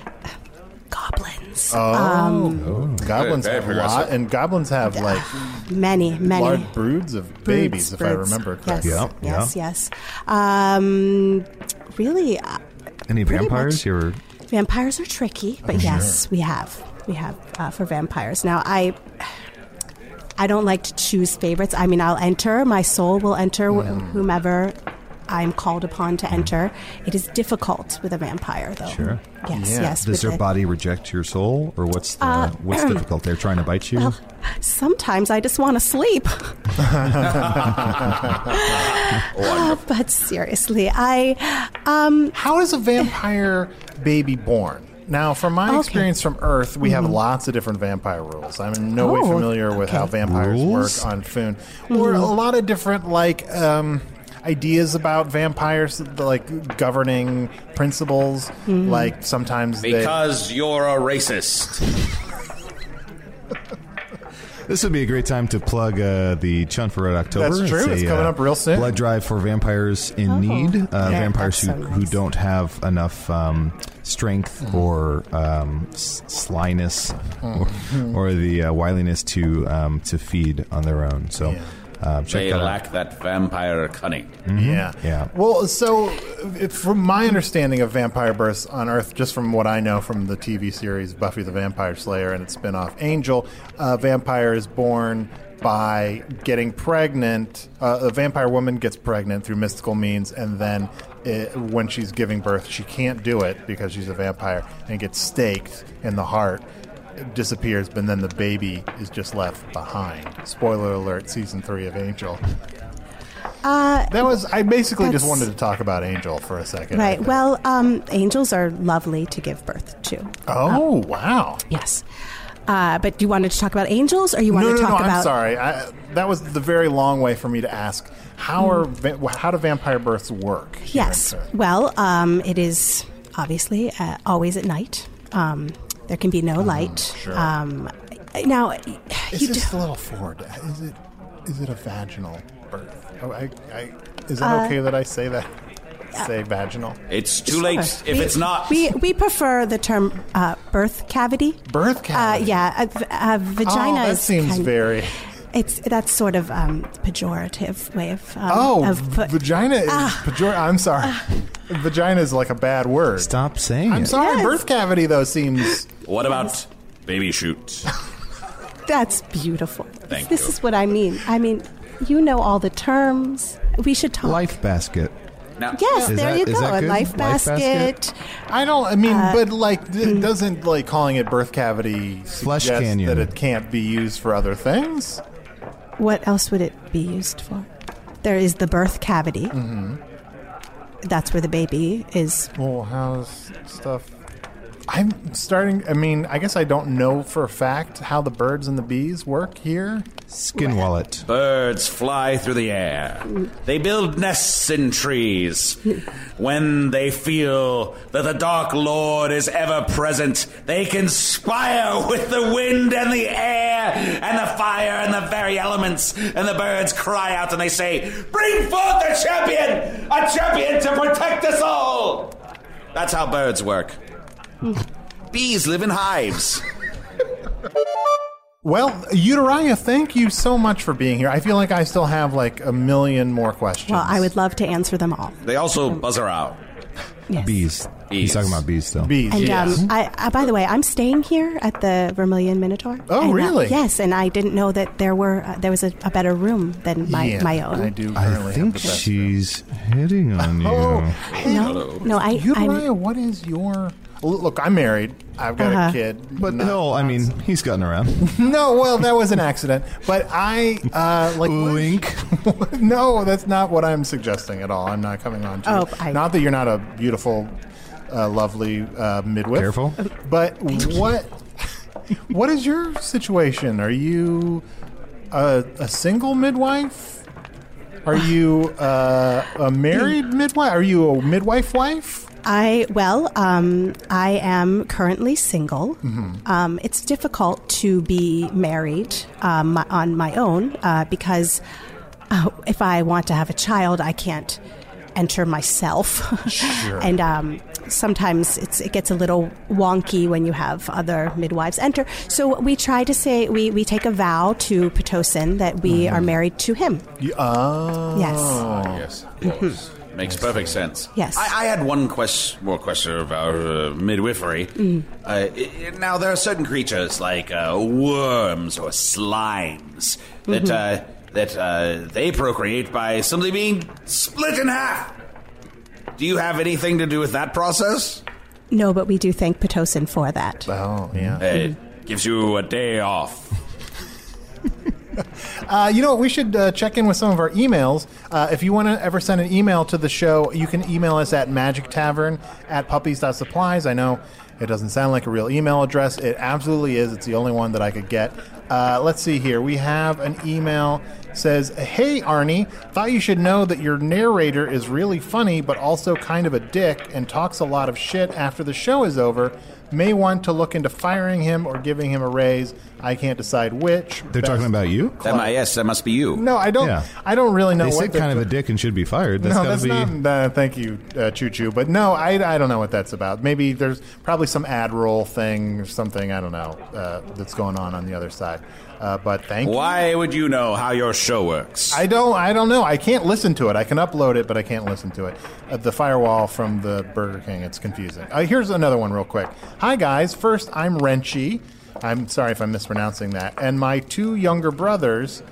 [SPEAKER 7] Goblins.
[SPEAKER 2] Oh,
[SPEAKER 7] Um,
[SPEAKER 4] Oh.
[SPEAKER 2] goblins
[SPEAKER 6] Very, very
[SPEAKER 2] have a lot,
[SPEAKER 6] progressive.
[SPEAKER 2] and goblins have like
[SPEAKER 7] many, many.
[SPEAKER 2] large broods of babies,
[SPEAKER 7] Broods,
[SPEAKER 2] if I
[SPEAKER 7] broods.
[SPEAKER 2] remember
[SPEAKER 7] Yes,
[SPEAKER 2] correctly.
[SPEAKER 7] yes, yes. Um, really, uh,
[SPEAKER 4] Any
[SPEAKER 7] Pretty
[SPEAKER 4] vampires? You ever
[SPEAKER 7] Vampires are tricky, but
[SPEAKER 10] I'm
[SPEAKER 7] yes, we have. We have uh, for vampires. Now, I. I don't like to choose favorites. I mean, I'll enter. My soul will enter wh-
[SPEAKER 10] Mm.
[SPEAKER 7] whomever I'm called upon
[SPEAKER 2] Mm-hmm.
[SPEAKER 7] to enter. It is difficult with a vampire, though.
[SPEAKER 4] Sure.
[SPEAKER 7] Yes, yes.
[SPEAKER 4] Does
[SPEAKER 7] with
[SPEAKER 4] their
[SPEAKER 7] a-
[SPEAKER 4] body reject your soul, or what's the,
[SPEAKER 7] Uh,
[SPEAKER 4] what's difficult? They're trying to bite you.
[SPEAKER 7] Well, sometimes I just want to sleep. Ah, but seriously, I. Um,
[SPEAKER 2] How is a vampire baby born? Now, from my
[SPEAKER 7] Okay.
[SPEAKER 2] experience from Earth, we have
[SPEAKER 7] Mhm.
[SPEAKER 2] lots of different vampire rules. I'm in no way
[SPEAKER 7] Oh,
[SPEAKER 2] familiar with how
[SPEAKER 7] okay.
[SPEAKER 2] vampires
[SPEAKER 7] Rules?
[SPEAKER 2] work on Foon, or a
[SPEAKER 7] Mhm.
[SPEAKER 2] lot of different like um, ideas about vampires, like governing principles.
[SPEAKER 7] Mm-hmm.
[SPEAKER 6] Mhm.
[SPEAKER 2] Like sometimes they-
[SPEAKER 6] Because you're a racist.
[SPEAKER 4] This would be a great time to plug uh, the Chun for Red October. uh,
[SPEAKER 2] That's true. It's coming up real soon.
[SPEAKER 4] Blood drive for vampires in
[SPEAKER 7] Oh,
[SPEAKER 4] need. Uh,
[SPEAKER 2] Yeah,
[SPEAKER 4] vampires who,
[SPEAKER 2] that's so
[SPEAKER 4] who don't have enough um, strength
[SPEAKER 2] Mm-hmm.
[SPEAKER 4] or um, s- slyness
[SPEAKER 2] Mm-hmm.
[SPEAKER 6] Mhm.
[SPEAKER 4] or, or the uh, wiliness to um, to feed on their own. So uh, check
[SPEAKER 6] They
[SPEAKER 4] that
[SPEAKER 6] lack that vampire cunning.
[SPEAKER 4] out. Mhm.
[SPEAKER 2] Yeah.
[SPEAKER 4] Yeah.
[SPEAKER 2] Well, so if, from my understanding of vampire births on Earth, just from what I know from the TV series Buffy the Vampire Slayer and its spin off Angel, a vampire is born by getting pregnant. Uh, a vampire woman gets pregnant through mystical means, and then it, when she's giving birth, she can't do it because she's a vampire and gets staked in the heart. It disappears, but then the baby is just left behind. Spoiler alert: season three of Angel.
[SPEAKER 7] uh,
[SPEAKER 2] That was I basically just
[SPEAKER 7] That's-
[SPEAKER 2] wanted to talk about Angel for a second.
[SPEAKER 7] right. Well, um, angels are lovely to give birth to.
[SPEAKER 2] Oh wow.
[SPEAKER 7] Yes. Uh, but you wanted to talk about angels, or you
[SPEAKER 2] No,
[SPEAKER 7] wanted
[SPEAKER 2] no,
[SPEAKER 7] to
[SPEAKER 2] no.
[SPEAKER 7] talk about?
[SPEAKER 2] I'm sorry. I, that was the very long way for me to ask. How are va- how do vampire births work?
[SPEAKER 7] Hmm. Yes. Well, um, it is obviously uh, always at night. Um, there can be no light.
[SPEAKER 2] Mm, sure.
[SPEAKER 7] Um, now,
[SPEAKER 2] Is
[SPEAKER 7] you
[SPEAKER 2] this
[SPEAKER 7] do-
[SPEAKER 2] a little forward? Is it is it a vaginal birth? Oh, I, I, is it
[SPEAKER 7] Uh,
[SPEAKER 2] okay that I say that? Say vaginal.
[SPEAKER 6] It's too late
[SPEAKER 7] Sure.
[SPEAKER 6] if
[SPEAKER 7] We-
[SPEAKER 6] it's not.
[SPEAKER 7] we we prefer the term uh, birth cavity.
[SPEAKER 2] Birth
[SPEAKER 7] cavity. Uh, yeah, a, a vagina
[SPEAKER 2] oh, that
[SPEAKER 7] is
[SPEAKER 2] seems
[SPEAKER 7] kind-
[SPEAKER 2] very.
[SPEAKER 7] It's that's sort of um, pejorative way of. Um,
[SPEAKER 2] oh,
[SPEAKER 7] of Ah.
[SPEAKER 2] v- vagina is pejor- I'm sorry. vagina is like a bad word.
[SPEAKER 4] Stop saying
[SPEAKER 2] I'm
[SPEAKER 4] it.
[SPEAKER 2] sorry.
[SPEAKER 7] Yes.
[SPEAKER 2] Birth cavity though seems.
[SPEAKER 6] What about baby shoot?
[SPEAKER 7] That's beautiful.
[SPEAKER 6] Thank
[SPEAKER 7] this
[SPEAKER 6] you.
[SPEAKER 7] is what I mean. I mean, you know all the terms. We should talk.
[SPEAKER 4] Life basket.
[SPEAKER 7] Yes,
[SPEAKER 4] Is
[SPEAKER 7] there
[SPEAKER 4] that-
[SPEAKER 7] you
[SPEAKER 4] is
[SPEAKER 7] go.
[SPEAKER 4] that
[SPEAKER 7] A
[SPEAKER 4] good?
[SPEAKER 7] life basket.
[SPEAKER 2] I don't. I mean,
[SPEAKER 7] Uh,
[SPEAKER 2] but like, it doesn't like calling it birth cavity suggest
[SPEAKER 4] canyon.
[SPEAKER 2] that it can't be used for other things?
[SPEAKER 7] What else would it be used for? There is the birth cavity.
[SPEAKER 2] Mm-hmm.
[SPEAKER 7] That's where the baby is.
[SPEAKER 2] Well, how's stuff? I'm starting. I mean, I guess I don't know for a fact how the birds and the bees work here.
[SPEAKER 4] Skin wallet.
[SPEAKER 6] Birds fly through the air. They build nests in trees. When they feel that the Dark Lord is ever present, they conspire with the wind and the air and the fire and the very elements. And the birds cry out and they say, Bring forth a champion! A champion to protect us all! That's how birds work. Bees live in hives.
[SPEAKER 2] Well, Eudoria, thank you so much for being here. I feel like I still have like a million more questions.
[SPEAKER 7] Well, I would love to answer them all.
[SPEAKER 6] They also buzzer out.
[SPEAKER 4] Bees. He's talking about bees still.
[SPEAKER 2] Bees.
[SPEAKER 7] And um, I, I, by the way, I'm staying here at the Vermilion Minotaur.
[SPEAKER 2] Oh,
[SPEAKER 7] And, uh,
[SPEAKER 2] really?
[SPEAKER 7] yes, and I didn't know that there were uh, there was a, a better room than my, my own.
[SPEAKER 2] do.
[SPEAKER 4] I think she's hitting on you.
[SPEAKER 2] Oh,
[SPEAKER 7] No, no, I-
[SPEAKER 2] Eudoria, what is your L- look? I'm married. I've got
[SPEAKER 4] Uh-huh.
[SPEAKER 2] a kid.
[SPEAKER 4] But he'll. I mean, he's gotten around.
[SPEAKER 2] No, well, that was an accident. But I uh, like wink. no, that's not what I'm suggesting at all. I'm not coming on to you.
[SPEAKER 7] Oh, I-
[SPEAKER 2] not that you're not a beautiful, uh, lovely uh, midwife.
[SPEAKER 4] Careful.
[SPEAKER 2] But what what is your situation? Are you a, a single midwife? Are you uh, a married midwife? Are you a midwife wife?
[SPEAKER 7] I well, um, I am currently single.
[SPEAKER 2] Mm-hmm.
[SPEAKER 1] Mm-hmm.
[SPEAKER 7] Um, it's difficult to be married um, my- on my own uh, because uh, if I want to have a child, I can't enter myself,
[SPEAKER 10] Sure.
[SPEAKER 7] and um, sometimes it's, it gets a little wonky when you have other midwives enter. So we try to say we, we take a vow to
[SPEAKER 2] Mm-hmm. uh,
[SPEAKER 7] Pitocin that we are married to him.
[SPEAKER 2] You, oh.
[SPEAKER 7] Yes.
[SPEAKER 2] Yes.
[SPEAKER 6] Makes perfect sense.
[SPEAKER 7] Yes.
[SPEAKER 6] I, I had one quest, more question about uh, midwifery.
[SPEAKER 7] Mm.
[SPEAKER 6] Uh, i- i- now, there are certain creatures like uh, worms or slimes that,
[SPEAKER 3] Mhm.
[SPEAKER 6] uh, that uh, they procreate by simply being split in half. Do you have anything to do with that process?
[SPEAKER 7] No, but we do thank Pitocin for that.
[SPEAKER 2] Oh, yeah.
[SPEAKER 6] It gives you a day off.
[SPEAKER 2] Uh, you know what? We should uh, check in with some of our emails. Uh, if you want to ever send an email to the show, you can email us at magic tavern at puppies.supplies. I know it doesn't sound like a real email address. It absolutely is. It's the only one that I could get. Uh, let's see here. We have an email says, "Hey Arnie, thought you should know that your narrator is really funny, but also kind of a dick and talks a lot of shit after the show is over." May want to look into firing him or giving him a raise. I can't decide which.
[SPEAKER 4] They're
[SPEAKER 2] Best-
[SPEAKER 4] talking about you.
[SPEAKER 6] That might, yes, that must be you.
[SPEAKER 2] no, I don't.
[SPEAKER 4] Yeah.
[SPEAKER 2] I don't really know.
[SPEAKER 4] they
[SPEAKER 2] what
[SPEAKER 4] said
[SPEAKER 2] the-
[SPEAKER 4] kind of a dick and should be fired. That's
[SPEAKER 2] no,
[SPEAKER 4] gotta
[SPEAKER 2] that's
[SPEAKER 4] be.
[SPEAKER 2] not. Uh, thank you, uh, Choo Choo. But no, I, I don't know what that's about. Maybe there's probably some ad roll thing or something. I don't know uh, that's going on on the other side. Uh, but thank you.
[SPEAKER 6] Why would you know how your show works?
[SPEAKER 2] I don't. I don't know. I can't listen to it. I can upload it, but I can't listen to it. Uh, the firewall from the Burger King. It's confusing. Uh, here's another one, real quick. Hi guys. First, I'm Renchi. I'm sorry if I'm mispronouncing that. And my two younger brothers.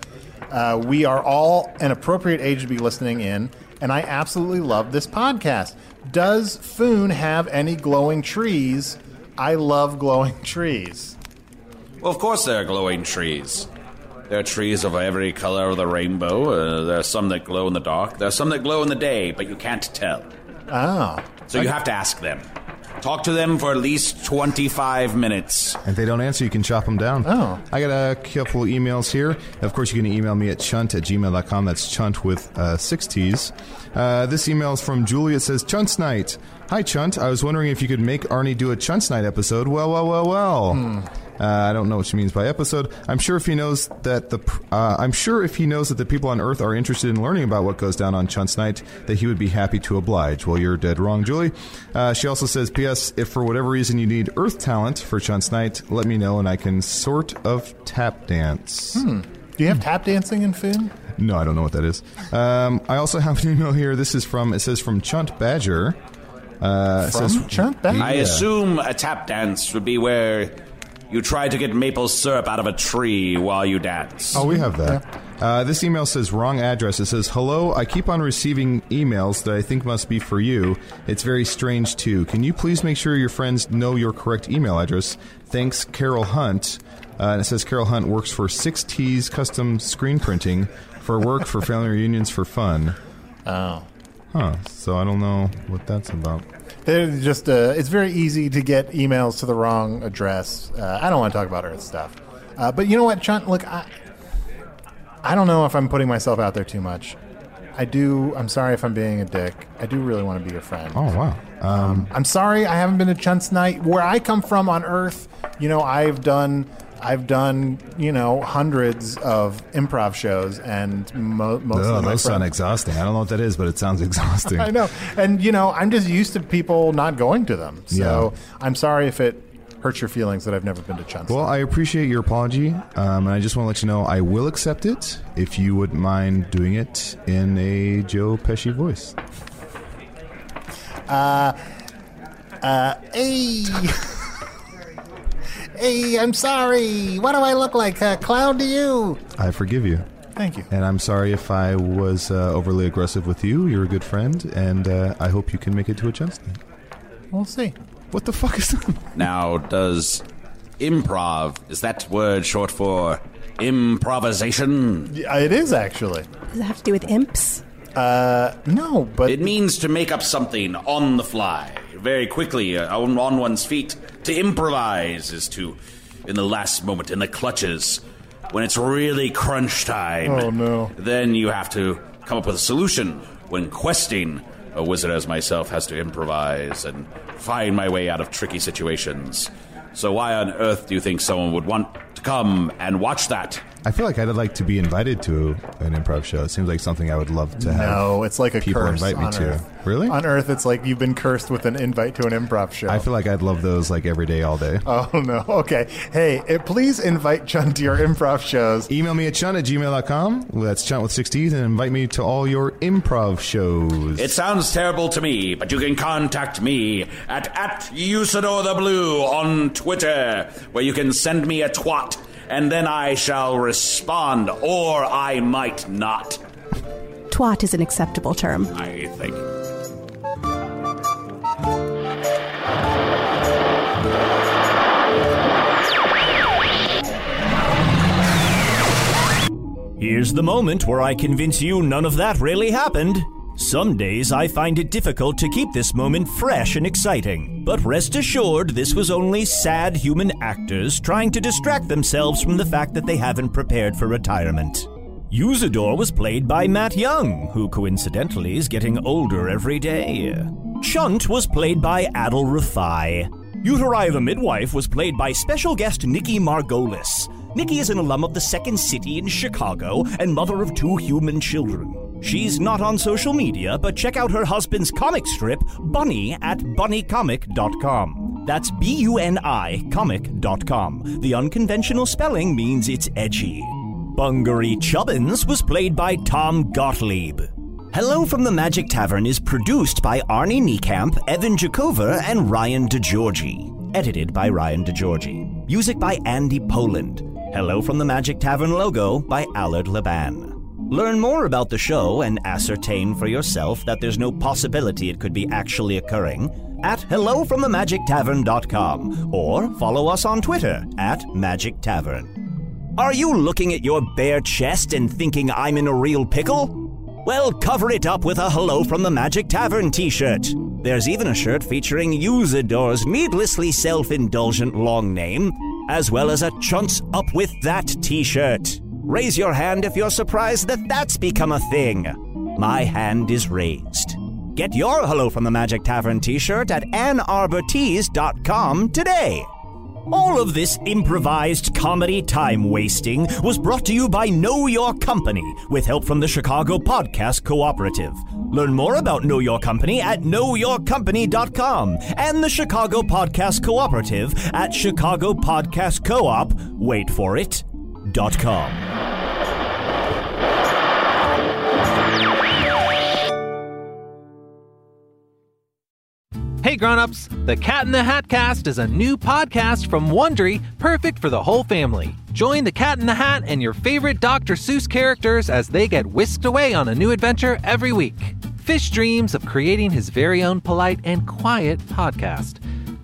[SPEAKER 2] Uh, we are all an appropriate age to be listening in, and I absolutely love this podcast. Does Foon have any glowing trees? I love glowing trees.
[SPEAKER 6] Well, of course, there are glowing trees. There are trees of every color of the rainbow. Uh, there are some that glow in the dark. There are some that glow in the day, but you can't tell.
[SPEAKER 2] Oh.
[SPEAKER 6] So you have to ask them. Talk to them for at least 25 minutes.
[SPEAKER 4] If they don't answer, you can chop them down. Oh. I got a couple emails here. Of course, you can email me at chunt at gmail.com. That's chunt with uh, six T's. Uh, this email is from Julie. It says, Chunt's Night. Hi, Chunt. I was wondering if you could make Arnie do a Chunt's Night episode. Well, well, well, well. Uh, I don't know what she means by episode. I'm sure if he knows that the pr- uh, I'm sure if he knows that the people on Earth are interested in learning about what goes down on Chunt's night, that he would be happy to oblige. Well, you're dead wrong, Julie. Uh, she also says, "P.S. If for whatever reason you need Earth talent for Chunt's night, let me know and I can sort of tap dance."
[SPEAKER 2] Hmm. Do you have tap dancing in Foon?
[SPEAKER 4] No, I don't know what that is. Um, I also have an email here. This is from it says from Chunt Badger. Uh, it
[SPEAKER 6] From
[SPEAKER 4] says,
[SPEAKER 2] Chunt
[SPEAKER 6] I
[SPEAKER 4] Yeah.
[SPEAKER 6] assume a tap dance would be where you try to get maple syrup out of a tree while you dance.
[SPEAKER 4] Oh, we have that. Uh, this email says wrong address. It says, Hello, I keep on receiving emails that I think must be for you. It's very strange, too. Can you please make sure your friends know your correct email address? Thanks, Carol Hunt. Uh, and it says Carol Hunt works for 6T's Custom Screen Printing for work, for family reunions, for fun.
[SPEAKER 2] Oh.
[SPEAKER 4] Huh. So I don't know what that's about.
[SPEAKER 2] They're just uh, it's very easy to get emails to the wrong address. Uh, I don't want to talk about Earth stuff, uh, but you know what, Chunt? Look, I, I don't know if I'm putting myself out there too much. I do. I'm sorry if I'm being a dick. I do really want to be your friend.
[SPEAKER 4] Oh, wow. Um,
[SPEAKER 2] I'm sorry I haven't been to Chunt's night. Where I come from on Earth, you know, I've done I've done you know hundreds of improv shows, and mo- most
[SPEAKER 4] Ugh,
[SPEAKER 2] of my
[SPEAKER 4] those sound
[SPEAKER 2] friends-
[SPEAKER 4] exhausting. I don't know what that is, but it sounds exhausting.
[SPEAKER 2] I know. And you know, I'm just used to people not going to them. So I'm sorry if it hurts your feelings that I've never been to Chunt's.
[SPEAKER 4] Well, I appreciate your apology, um, and I just want to let you know I will accept it if you wouldn't mind doing it in a Joe Pesci voice.
[SPEAKER 2] Uh, uh, hey. hey, I'm sorry. What do I look like? A clown to you?
[SPEAKER 4] I forgive you.
[SPEAKER 2] Thank you.
[SPEAKER 4] And I'm sorry if I was uh, overly aggressive with you. You're a good friend, and uh, I hope you can make it to a chance.
[SPEAKER 2] We'll see.
[SPEAKER 4] What the fuck is that?
[SPEAKER 6] Now, does improv, is that word short for improvisation?
[SPEAKER 2] It is, actually.
[SPEAKER 7] Does it have to do with imps?
[SPEAKER 2] Uh, no, but.
[SPEAKER 6] It means to make up something on the fly, very quickly, uh, on, on one's feet. To improvise is to, in the last moment, in the clutches, when it's really crunch time.
[SPEAKER 2] Oh, no.
[SPEAKER 6] Then you have to come up with a solution. When questing, a wizard as myself has to improvise and find my way out of tricky situations. So, why on earth do you think someone would want to come and watch that?
[SPEAKER 4] I feel like I'd like to be invited to an improv show. It seems like something I would love to have.
[SPEAKER 2] No, it's like a
[SPEAKER 4] people
[SPEAKER 2] curse
[SPEAKER 4] invite me
[SPEAKER 2] on
[SPEAKER 4] to.
[SPEAKER 2] Earth.
[SPEAKER 4] Really?
[SPEAKER 2] On Earth, it's like you've been cursed with an invite to an improv show.
[SPEAKER 4] I feel like I'd love those like every day, all day.
[SPEAKER 2] Oh no. Okay. Hey, eh, please invite Chun to your improv shows.
[SPEAKER 4] Email me at chun at gmail.com. Well, That's chunt with six teeth and invite me to all your improv shows.
[SPEAKER 6] It sounds terrible to me, but you can contact me at, at Usador the Blue on Twitter, where you can send me a twat, and then I shall respond, or I might not.
[SPEAKER 7] Twat is an acceptable term.
[SPEAKER 6] I think.
[SPEAKER 1] Here's the moment where I convince you none of that really happened. Some days I find it difficult to keep this moment fresh and exciting, but rest assured this was only sad human actors trying to distract themselves from the fact that they haven't prepared for retirement. Usador was played by Matt Young, who coincidentally is getting older every day. Chunt was played by Adel Rafai. Uteri the Midwife was played by special guest Nikki Margolis. Nikki is an alum of the Second City in Chicago and mother of two human children. She's not on social media, but check out her husband's comic strip, Bunny, at bunnycomic.com. That's B U N I comic.com. The unconventional spelling means it's edgy. Bungaree Chubbins was played by Tom Gottlieb. Hello from the Magic Tavern is produced by Arnie Niekamp, Evan Jakova, and Ryan DeGiorgi. Edited by Ryan DeGiorgi. Music by Andy Poland. Hello from the Magic Tavern logo by Allard Laban. Learn more about the show and ascertain for yourself that there's no possibility it could be actually occurring at hellofromthemagictavern.com or follow us on Twitter at Magic Tavern. Are you looking at your bare chest and thinking I'm in a real pickle? Well, cover it up with a Hello from the Magic Tavern t shirt. There's even a shirt featuring Usador's needlessly self indulgent long name, as well as a Chunts Up With That t shirt. Raise your hand if you're surprised that that's become a thing. My hand is raised. Get your Hello from the Magic Tavern t shirt at annarbortees.com today. All of this improvised comedy time wasting was brought to you by Know Your Company with help from the Chicago Podcast Cooperative. Learn more about Know Your Company at knowyourcompany.com and the Chicago Podcast Cooperative at Chicago Podcast Co-op, wait for it, dot com.
[SPEAKER 10] Hey grown-ups, The Cat in the Hat Cast is a new podcast from Wondery, perfect for the whole family. Join The Cat in the Hat and your favorite Dr. Seuss characters as they get whisked away on a new adventure every week. Fish dreams of creating his very own polite and quiet podcast.